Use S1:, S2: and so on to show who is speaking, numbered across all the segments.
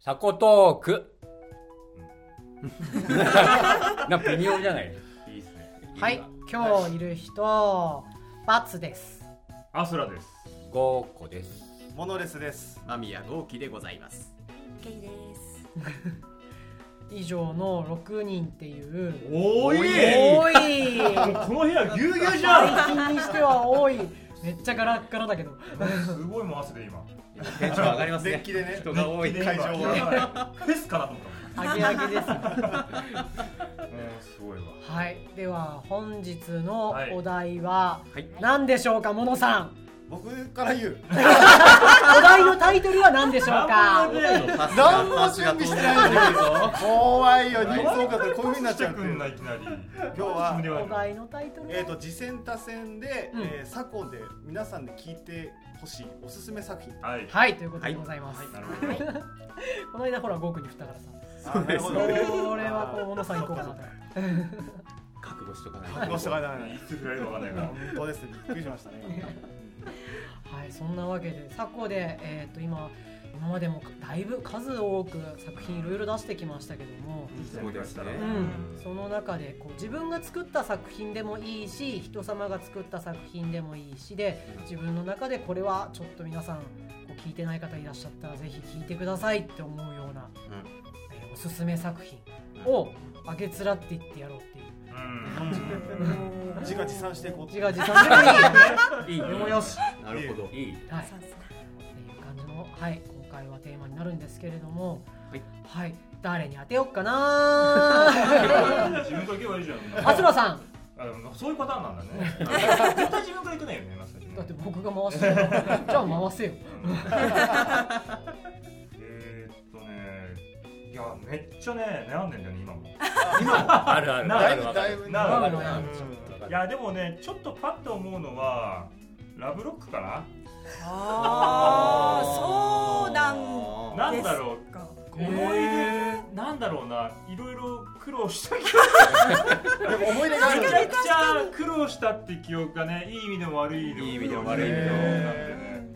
S1: サコトーク。なんか微妙じゃない
S2: いいですね。
S3: はい
S1: 意味
S3: 今日いる人バツです
S2: アスラです。
S1: が五個です。
S4: モノレスです。
S5: 間宮豪輝でございます。
S6: ケイです。
S3: 以上の6人っていう
S2: おーい。
S3: 多い
S2: もうこの部屋ぎゅうぎゅうじゃん。
S3: 最近にしては多いめっちゃガラッガラだけど
S2: すごいもう汗で今。
S5: テンション上がります
S4: デ
S5: ね
S4: ッ。キでね。
S5: 人が多い。
S2: で今
S4: 会場
S2: フェスかなと思っ
S3: アゲアゲです
S2: た。うんすごいわ。
S3: はいでは本日の
S2: はい
S3: お題は
S5: はい
S3: 何でしょうかモノさん
S4: 僕から言う。
S3: お題のタイトルは何でしょうか
S4: 何も準備してないのに
S5: ぞ。
S4: 怖いよ。人数多かったらこういう風になっちゃうって
S2: く
S4: い
S2: ん
S4: う
S2: な。いきなり。今
S4: 日は
S3: お題のタイトル
S4: えっ
S3: は
S4: と次戦多戦で、
S3: うん
S4: えー左近で皆さんで聞いてほしいおすすめ作品。
S2: はい。
S3: はいということでございます、
S2: なるほど。
S3: この間ほら5区に振ったからさ
S4: あなるほど
S3: これはこのモノさん行こうかなと
S5: 覚悟しとかない
S4: 覚悟しとかない
S2: いつ振られるかわかんないか
S4: な
S2: ら。
S4: 本当ですね。びっくりしましたね。
S3: はい、そんなわけで、昨今で、えっ、と、今。今までもだいぶ数多く作品いろいろ出してきましたけども、
S5: そうですね
S3: う
S5: うん
S3: ん、その中でこう自分が作った作品でもいいし人様が作った作品でもいいしで自分の中でこれはちょっと皆さんこう聞いてない方いらっしゃったらぜひ聞いてくださいって思うような、えーおすすめ作品をあげつらっていってやろうっていう
S2: うん。
S4: 自画自賛していこう。
S3: 自画自賛でもいいよね
S1: いい。
S5: もよし。なるほど。
S1: いい。
S3: はい
S6: そうですね。
S3: っていう感じの、はい、今回はテーマになるんですけれども、
S5: はい、
S3: 誰に当てようか な
S2: 自分から行けばいいじゃん。
S3: あつらさん
S2: あでもそういうパターンなんだね。絶対自分から行くないよね、まさに。
S3: だって僕が回してるのじゃあ回せよ
S2: えーっとね、いや、めっちゃね、悩んでんだよね、今も。
S1: あるある。
S2: な
S4: だ
S1: あ
S4: い
S1: る
S4: ぶ
S1: わか
S4: だい
S1: る
S4: ぶ。
S2: な
S3: るほど
S4: うん
S2: いや、でもね、ちょっとパッと思うのは、ラブロックかな
S6: ああ、そうなん
S2: なんだろう、
S6: か。
S2: 思い出、なんだろうな、いろいろ苦労した記
S4: でも思い出があ
S2: 憶、め
S4: る
S2: ちゃくちゃ苦労したって記憶がね、いい意味でも悪い意味でも。
S5: いい意味でも悪い意味でも
S2: なんでね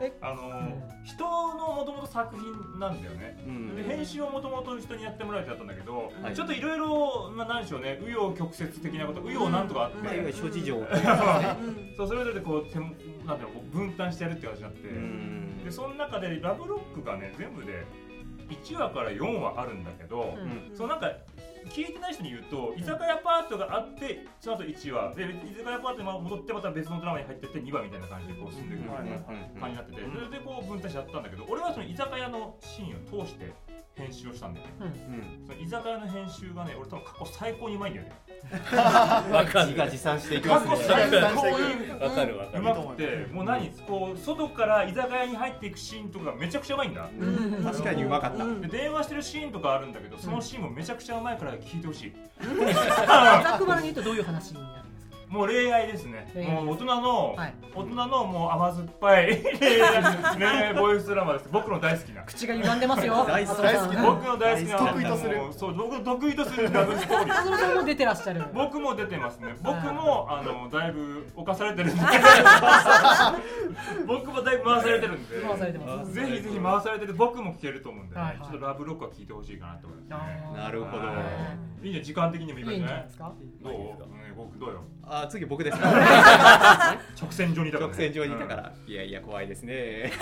S3: え
S2: あの人のもともと作品なんだよね。
S5: うん
S2: で編集をもともと人にやってもらえてやったんだけど、
S5: はい
S2: ちょっといろいろまあ何でしょうね紆余曲折的なこと紆余なんとかあって、
S5: まあいわゆる諸事情。
S6: うん
S2: そうそれぞれでこう手もなんだろうこう分担してやるって話になって、
S5: うん
S2: でその中でラブロックがね全部で1話から4話あるんだけど、
S3: うん
S2: そのなんか聞いてない人に言うと居酒屋パートがあってその後1話で居酒屋パートに戻ってまた別のドラマに入ってって2話みたいな感じでこう進んでいくみたいな感じになってて、それでこう分担してやったんだけど俺はその居酒屋のシーンを通して編集をしたんだよねその居酒屋の編集がね俺多分過去最高にうまいんだよね
S1: わか
S5: 自
S1: る
S5: 画自賛していきま
S2: 過
S5: す
S2: 去
S5: ね。
S2: 最高に
S1: わかるわか
S2: う
S1: る。
S2: まくてもう何こう外から居酒屋に入っていくシーンとかがめちゃくちゃうまいんだ
S5: うん確かにうまかった。
S2: で電話してるシーンとかあるんだけどそのシーンもめちゃくちゃうまいから聞いてほしい
S3: ざくばらに言うとどういう話になるんですか
S2: もう恋愛ですね
S3: 恋愛
S2: もう大人の、
S3: はい
S2: 大人のもう甘酸っぱい恋愛恋愛ボイスドラマです僕の大好きな
S3: 口が歪んでますよ
S5: 大好き
S3: 浅野さん
S4: 大好き
S2: 僕の大好きな
S4: 得意とする
S2: もうそう僕の得意とするラブストーリー
S3: 浅野さんも出てらっしゃる
S2: 僕も出てますね僕もあのだいぶ犯されてるんで僕もだいぶ回されてるんで
S3: 回されてます
S2: ぜひぜひ回されてる僕も聞けると思うんで、ね
S3: はいはい
S2: ちょっとラブロックは聞いてほしいかなと思います、ね。
S3: あ
S5: なるほど。
S2: いいね、時間的にもいい
S3: ー
S2: か
S3: いいんじゃない
S2: ね
S3: で。すか
S2: どう、
S1: いい
S2: うん
S1: ですか、
S2: 僕どうよ。
S5: あ次僕ですか。
S2: 直線上にいたから、
S5: 直
S2: ね。
S5: 線上にいたから。いやいや怖いですね。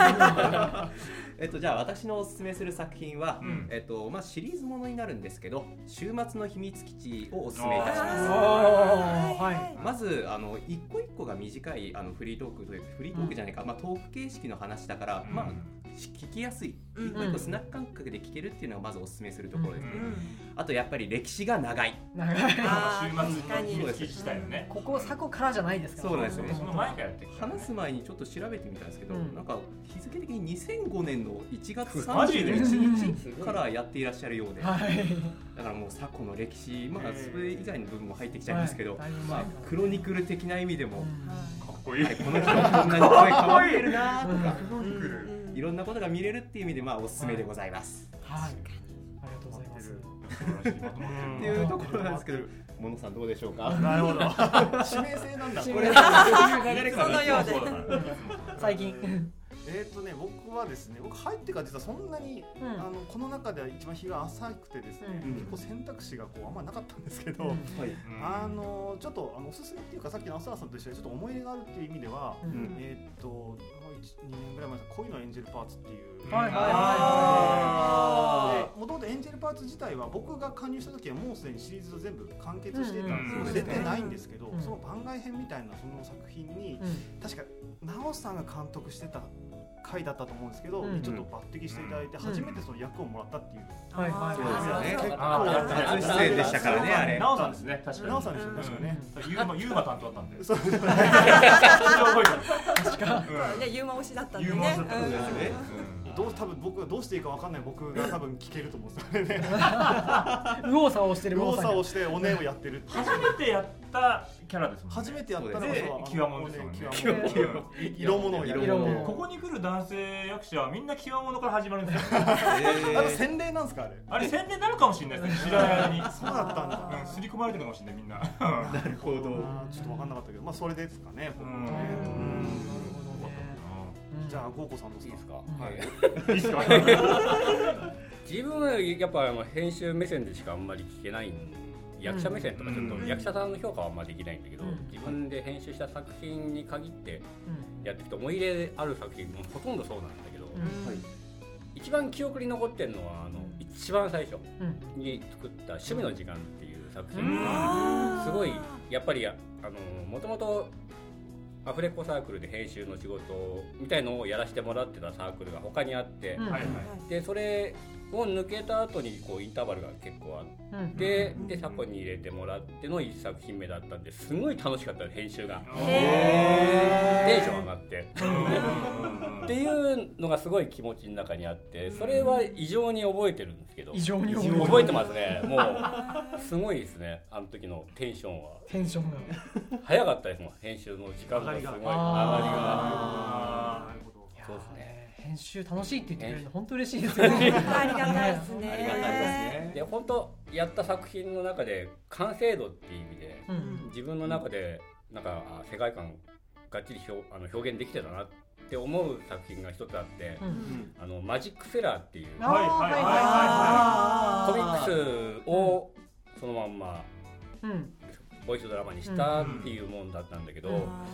S5: えっとじゃあ私のおすすめする作品は
S2: うん
S5: えっとまあシリーズものになるんですけど週末の秘密基地をおすすめいたします。
S6: あー
S3: はい
S5: まずあの一個一個が短いあのフリートークというフリートークじゃないか、まあトーク形式の話だから、
S2: うん。
S5: まあし聞きやすい
S6: うん
S5: 一個一個スナック感覚で聞けるっていうのがまずおすすめするところですね、
S2: うん
S5: あとやっぱり歴史が長い
S3: 長い
S2: ま
S6: あ
S2: あ
S6: ー
S2: 週末
S6: 確か
S2: に
S6: に
S2: 秘密基地したいのね。
S3: ここさこからじゃないですから
S5: そうなんです
S2: そ
S5: よ
S2: う
S5: ね
S2: その前からやっていくからね、
S5: 話す前にちょっと調べてみたんですけど、
S3: うん
S5: なんか日付的に2005年の1月
S2: マジで
S5: 31日からやっていらっしゃるようで、
S3: はい
S5: だからもう昨今の歴史まあ
S2: へー
S5: それ以外の部分も入ってきちゃいますけど、
S3: はいだいぶ
S5: ま
S3: 前
S5: あ
S3: から
S5: クロニクル的な意味で
S3: う
S5: も、
S3: ん
S2: かっこいい。
S5: はいこの人はこんなに声変わってるなとか
S6: うん
S5: いろんなことが見れるっていう意味でまあおすすめでございます。
S3: はいありがとうございます
S5: っ
S2: ってて
S5: い
S2: いう
S5: ところなんですけど、モノさんどうでしょうか。
S4: なるほど。 指名制なんだ。
S3: これ
S5: 流れ
S6: そのようで
S2: そうだから
S3: 最近
S4: えーとね、僕はですね僕入ってから実はそんなに、
S3: うん
S4: あのこの中では一番日が浅くてですね、
S5: うん
S4: 結構選択肢がこうあんまなかったんですけど、
S3: うん
S5: はい。
S4: あのちょっとあのおすすめっていうかさっきの浅田さんと一緒にちょっと思い入れがあるっていう意味では、
S3: うん
S5: うん
S4: えーっともう1 2年ぐらい前に「恋のエンジェルパーツ」っていう。
S3: はいはい
S6: あー
S4: もともとエンジェルパーツ自体は僕が加入した時はもうすでにシリーズ全部完結していた
S2: うん
S4: ん
S2: うん
S4: ですよ、出てないんですけど、
S3: うん
S4: その番外編みたいなその作品に
S3: うん
S4: 確か直さんが監督してた回だったと思うんですけど、
S3: うん
S4: ちょっと抜擢していただいて
S3: うん
S4: 初めてその役をもらったっていう、
S3: はいはい
S5: そうですよね
S6: あー
S4: 結
S1: あー
S4: 構
S5: 初出演でしたからね、あれ。
S2: なおさんですね、確かに。
S4: 直さんですよね確かね、
S2: うん。ユーマ、ユーマ担当だったんで。
S4: そう
S2: 確か
S6: ね、ユーマ推しだったんで
S2: ユ
S6: ね。
S2: ーマ推しだったん
S5: で
S2: です
S5: よね
S4: どう多分僕がどうしていいかわかんない僕が多分聞けると思うんですよ ね。
S3: 右往左往してる
S4: 右
S3: 右往左
S4: 往左
S3: 往
S4: 往しておねえをやってるっていう。
S2: 初めてやったキャラですもんね。
S4: 初めてやったの
S5: そうです
S4: は
S2: で、極物ですもんね。
S4: 極物
S2: 極物
S4: 色物をやる。
S5: 色物
S2: ここに来る男性役者はみんな極物から始まるんですよ。
S5: え
S4: あれ
S5: ー
S4: 洗礼なんですかあれ。
S2: あれ宣伝なのかもしれないですね、知らない間に。
S4: そうだったんだ。
S2: うん、刷り込まれてるかもしれない、みんな。
S5: なるほど。
S4: あーちょっと分かんなかったけど、まあそれですかね。僕
S2: うん
S4: ね
S3: うん
S4: うんじゃあ豪子さんどう
S1: い
S4: で
S1: いですす
S4: か。
S1: か、
S3: ん
S1: はい
S2: いいっすか
S1: 自分はやっぱもう編集目線でしかあんまり聞けないんで役者目線とかちょっ
S4: う
S1: と
S4: ん
S1: 役者さんの評価はあんまできないんだけど、
S3: うん
S1: 自分で編集した作品に限ってやっていくと思い入れある作品もほとんどそうなんだけど、
S3: うん
S5: はい。
S1: 一番記憶に残ってるのはあの
S3: うん
S1: 一番最初
S3: うん
S1: に作った「趣味の時間」っていう作
S3: う
S1: 品
S3: ん
S1: が
S6: あー
S1: すごいやっぱりああのもともとアフレコサークルで編集の仕事みたいのをやらせてもらってたサークルが他にあって、
S3: う
S2: は
S3: ん
S2: いはい。
S1: でそれを抜けた後にこうインターバルが結構あっ
S3: うん
S1: て、でサコに入れてもらっての1作品目だったんですごい楽しかった編集がテ
S6: へ
S1: ンション上がって。
S2: うん
S1: っていうのがすごい気持ちの中にあってそれは異常に覚えてるんですけど
S3: 異常に覚えてる
S1: 覚えてますねも うすごいですねあの時のテンションは
S3: テンションが
S1: 早かったですもん編集の時間がすごい上がりが
S4: あーなるほど
S3: いやー
S1: そうですね
S3: 編集楽しいって言ってくれるの本当嬉しいですよね
S6: ありがたいですね。
S1: ありがたい
S5: ですね。
S1: で本当やった作品の中で完成度っていう意味で
S3: うん
S1: 自分の中でなんかあ世界観がっちり表あの表現できてたなって思う作品が一つあって
S3: う
S5: うんん。
S1: あのマジックセラーっていう
S3: あ
S2: はいはいはいは
S1: コミックスをそのまんま
S3: うん
S1: ボイスドラマにしたっていうもんだったんだけど、
S6: あ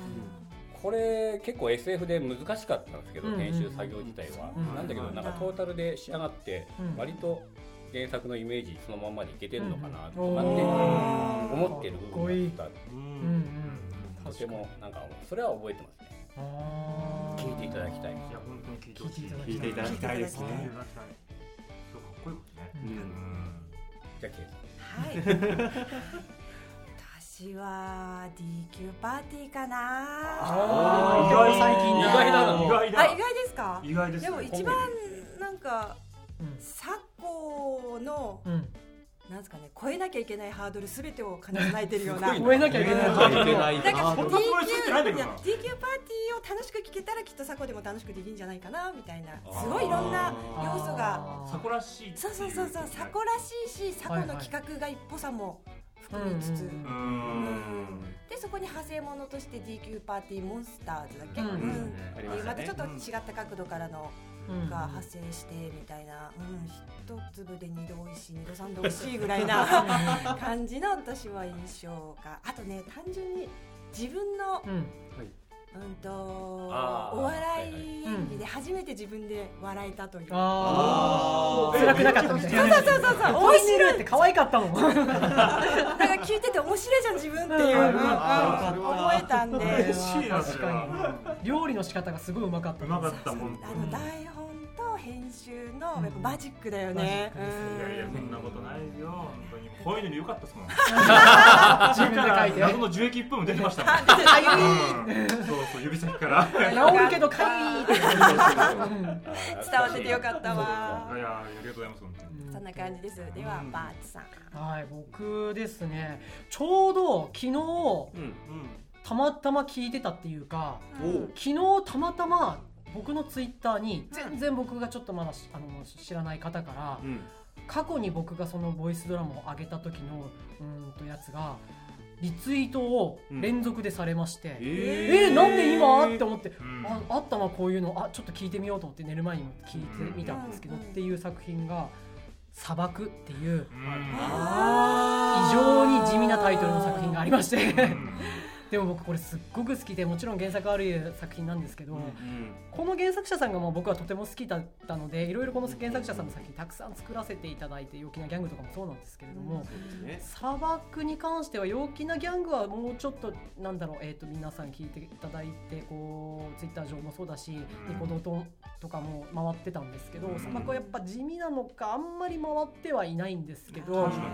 S1: これ結構 SF で難しかったんですけど、
S3: うんうん
S1: 編集作業自体は、
S3: うん
S1: なんだけどなんかトータルで仕上がって、
S3: うん
S1: 割と原作のイメージそのまんまでいけてんのかなとかって
S3: おー
S1: 思ってる部分だっ
S4: う
S3: うんん
S1: たとてもなんかそれは覚えてますね
S3: あー
S1: 聞いていただきたい
S2: いや本当に聞いて
S3: 聞
S2: ほ
S3: いて
S2: し
S3: い
S2: い
S3: ただ
S5: 聞
S3: きた
S5: いていただきたいです
S2: 聞いてい
S5: ね。
S2: ただきたいそうかっこいいもんね
S5: う
S1: じゃあケイさん
S5: ん。
S6: ーはい。私は DQ パーティーかな。
S3: あー
S2: 意外
S3: 最近
S1: 意
S3: だ
S1: 外だな
S2: 意外
S6: あ、意
S2: だ
S6: 外ですか。
S2: 意外です
S6: でも
S2: ね
S6: 一番なんか
S3: うん
S6: 昨今の
S3: うん
S6: なんですかね超えなきゃいけないハードルすべてを兼ね備えてるような。
S3: 超えなきゃいけない
S5: 超えなきゃいけない
S6: だから
S2: ー
S6: DQ
S5: あ
S2: そんなつもり作ってないんだけどな
S6: DQ パーティーを楽しく聞けたらきっとサコでも楽しくできるんじゃないかなみたいなすごいいろんな要素
S3: あ
S6: が
S3: ー
S2: サコらしいってい
S6: そうそうそうそうサコらしいしサコの企画が一歩さも含みつつ、
S3: うんうん
S2: う
S3: うん
S5: うんん。
S6: でそこに派生ものとして DQ パーティーモンスターズだっけ、
S3: う
S6: うんん
S5: あり
S6: っ
S5: ま
S6: てい
S5: し
S6: う
S5: た
S6: また
S5: ね
S6: ちょっ。と違った角度からの
S3: うん
S6: が派生してみたいな、うん、一粒で二度おいしい二度三度おいしいぐらいな感じの私は印象があとね単純に自分の
S3: う、ん
S6: うん、と
S1: あー
S6: お笑い演技で初めて自分で笑えたという。
S3: あ
S5: あ
S3: ー
S5: ー
S3: 辛くなかったみたい
S6: そう
S3: な
S6: そうそう そうそう、面
S3: 面白
S6: 白
S3: い
S6: い
S3: っ。て可愛かったもん。うん
S6: なんか聞いてて面白いじゃん自分っていう、
S3: うん
S6: うん思えたんで、
S2: 嬉しいなそれは
S3: 確かに料理の仕方がすごいうまかった。
S2: うまかったもん
S6: あの台本と編集のやっぱマジックだよね。
S3: うんマジック
S2: いやいやそんなことないですよ本当にこういうのに良かったですもん
S3: 自分で 書いて。
S2: 謎の樹液っぽいの出てましたもんうんそうそう指先 から
S6: うん
S3: 治るけどかゆいって。うん
S1: あー
S6: 伝わっててよかったわ
S2: いやいやありがとうございます本当に
S6: そんな感じです。ではバーチさん。
S3: はい、僕ですね。ちょうど昨日
S5: うん。
S3: たまたま聞いてたっていうか、
S5: おう。
S3: 昨日たまたま僕のツイッターに全然僕がちょっとまだしあの知らない方から
S5: う、ん。
S3: 過去に僕がそのボイスドラマを上げた時のうーんとやつがリツイートを連続でされまして、え
S5: え
S3: ーなんで今って思って、
S2: うん
S3: ああったなこういうのあちょっと聞いてみようと思って寝る前にも聞いてみたんですけど、
S6: うん
S3: っていう作品が「砂漠」っていう
S2: うん
S6: あ
S3: 非
S6: ー
S3: 常に地味なタイトルの作品がありまし
S2: う
S3: て
S2: ん
S3: でも僕これすっごく好きでもちろん原作ある作品なんですけど、この原作者さんがもう僕はとても好きだったのでいろいろこの原作者さんの作品たくさん作らせていただいて「陽気なギャング」とかもそうなんですけれども、
S5: ね
S3: 砂漠に関しては陽気なギャングはもうちょっとなんだろう、えー、と皆さん聞いていただいてこうツイッター上もそうだし、ニコ動ととかも回ってたんですけど、
S2: うん
S3: 砂漠はやっぱ地味なのかあんまり回ってはいないんですけど、
S6: 確
S2: かに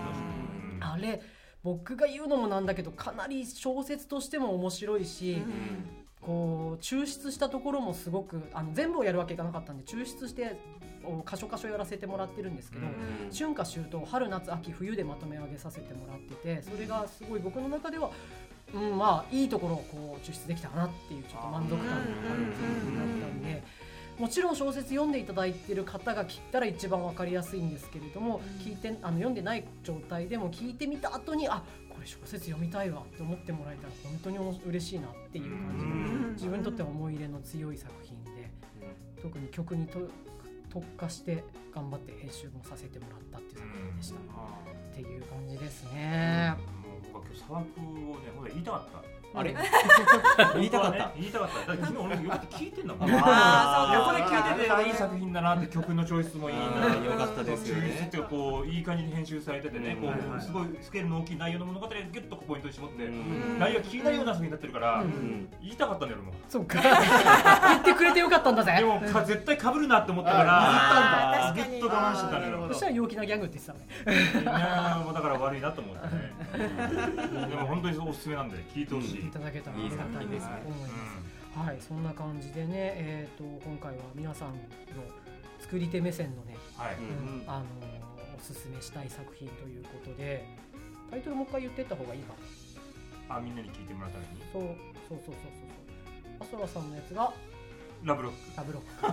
S2: 確か
S3: あれ僕が言うのもなんだけどかなり小説としても面白いし、
S6: うん
S3: こう抽出したところもすごくあの全部をやるわけいかなかったんで抽出してお箇所箇所やらせてもらってるんですけど、
S2: うん
S3: 春夏秋冬春夏秋冬でまとめ上げさせてもらっててそれがすごい僕の中では、うん、まあいいところをこう抽出できたかなっていうちょっと満足感がある作品だったんで。もちろん小説読んでいただいてる方が聞いたら一番わかりやすいんですけれども、聞いてあの読んでない状態でも聞いてみた後にあこれ小説読みたいわって思ってもらえたら本当におも嬉しいなっていう感じの自分にとっては思い入れの強い作品で特に曲にと特化して頑張って編集もさせてもらったっていう作品でした、っていう感じですね、
S2: もう僕は今日砂漠をね、ほら言いたかった。
S5: あれ
S2: 言
S5: 言
S2: い
S5: い
S2: た
S5: た
S2: かっ
S5: かったた。
S2: 言いたかった。だって昨日俺もよく聞いてんだもん。横で
S6: あーそうか
S2: 聞いてていい作品だなって曲のチョイスもいいな。
S5: 良かったですよ
S2: 抽出っ
S5: ね
S2: ていうかこういい感じに編集されててね、こ
S5: うん
S4: はいは
S2: う
S4: い
S2: すごいスケールの大きい内容の物語をギュッとポイントに絞って、
S6: ん
S2: 内容が気になるような作品になってるから
S3: う、
S5: うん
S2: 言いたかったんだよ俺も。
S3: そうか 言ってくれてよかったんだぜ
S2: でもか絶対被るなって思ったから、
S6: あー確かに
S2: ずっと我慢してたんだよ。
S4: あーなるほど
S3: そしたら陽気なギャングって言ってたのね
S2: いやーもうだから悪いなと思って ね。でも本当におすすめなんで聞いてほしい。
S3: いただけたらありがたいなと思いますはいそんな感じでねえっ、と今回は皆さんの作り手目線のね、
S2: はい。
S4: ん
S3: あのーおすすめしたい作品ということでタイトルもう一回言ってった方がいいかな
S2: あみんなに聞いてもらうために
S3: そうそうそうそうそうそう。アソラさんのやつが
S2: ラブロック。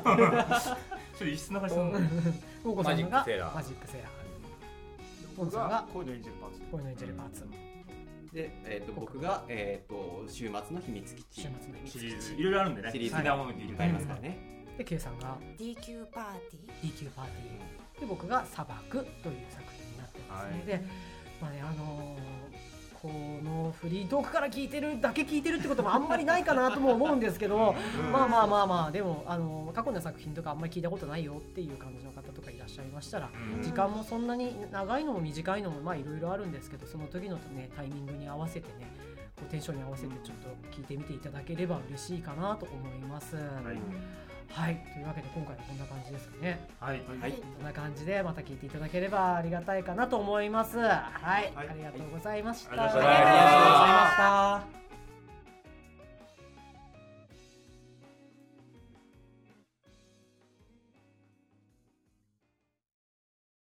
S3: ラブロッ
S2: それ異質な話だ な。
S3: ク。ウコさ
S1: マ
S3: んの
S1: ジッ
S3: が
S1: クセーラー
S3: マジックセーラー。ポン
S4: 僕
S3: さんが
S4: が恋のエンジェルパーツ
S3: これのエンジェルパーツ。
S5: で、えー、と僕が、えー、と週末の秘密基
S3: 週
S5: 地
S3: 末の秘密
S2: シリーズいろいろあるんでね。
S5: シリーズ
S2: 好きなもの聞いて
S5: いっ
S2: も
S5: ぱ
S2: ら
S5: いあ
S2: い
S5: り
S2: ま
S5: ますす
S2: か。
S5: かららね。
S3: で K さんが
S6: DQ パーティ
S3: DQ パーティー。で僕が砂漠という作品になってますので、まあねあのーこのフリートークから聞いてるだけ聞いてるってこともあんまりないかなとも 思うんですけどまあまあまあまあでも、あのー過去の作品とかあんまり聞いたことないよっていう感じの方とかいらっしゃいましたら
S2: うん
S3: 時間もそんなに長いのも短いのもまあいろいろあるんですけどその時のねタイミングに合わせてねこうテンションに合わせてちょっと聞いてみていただければ嬉しいかなと思います。はいい、というわけで今回はこんな感じですかね。
S2: はい。
S5: はい
S3: こんな感じでまた聞いていただければありがたいかなと思います。はい、
S4: はい
S3: ありがとうございました。
S2: ありがとう
S6: ござい
S3: ありがとうご
S6: ました
S3: ざいました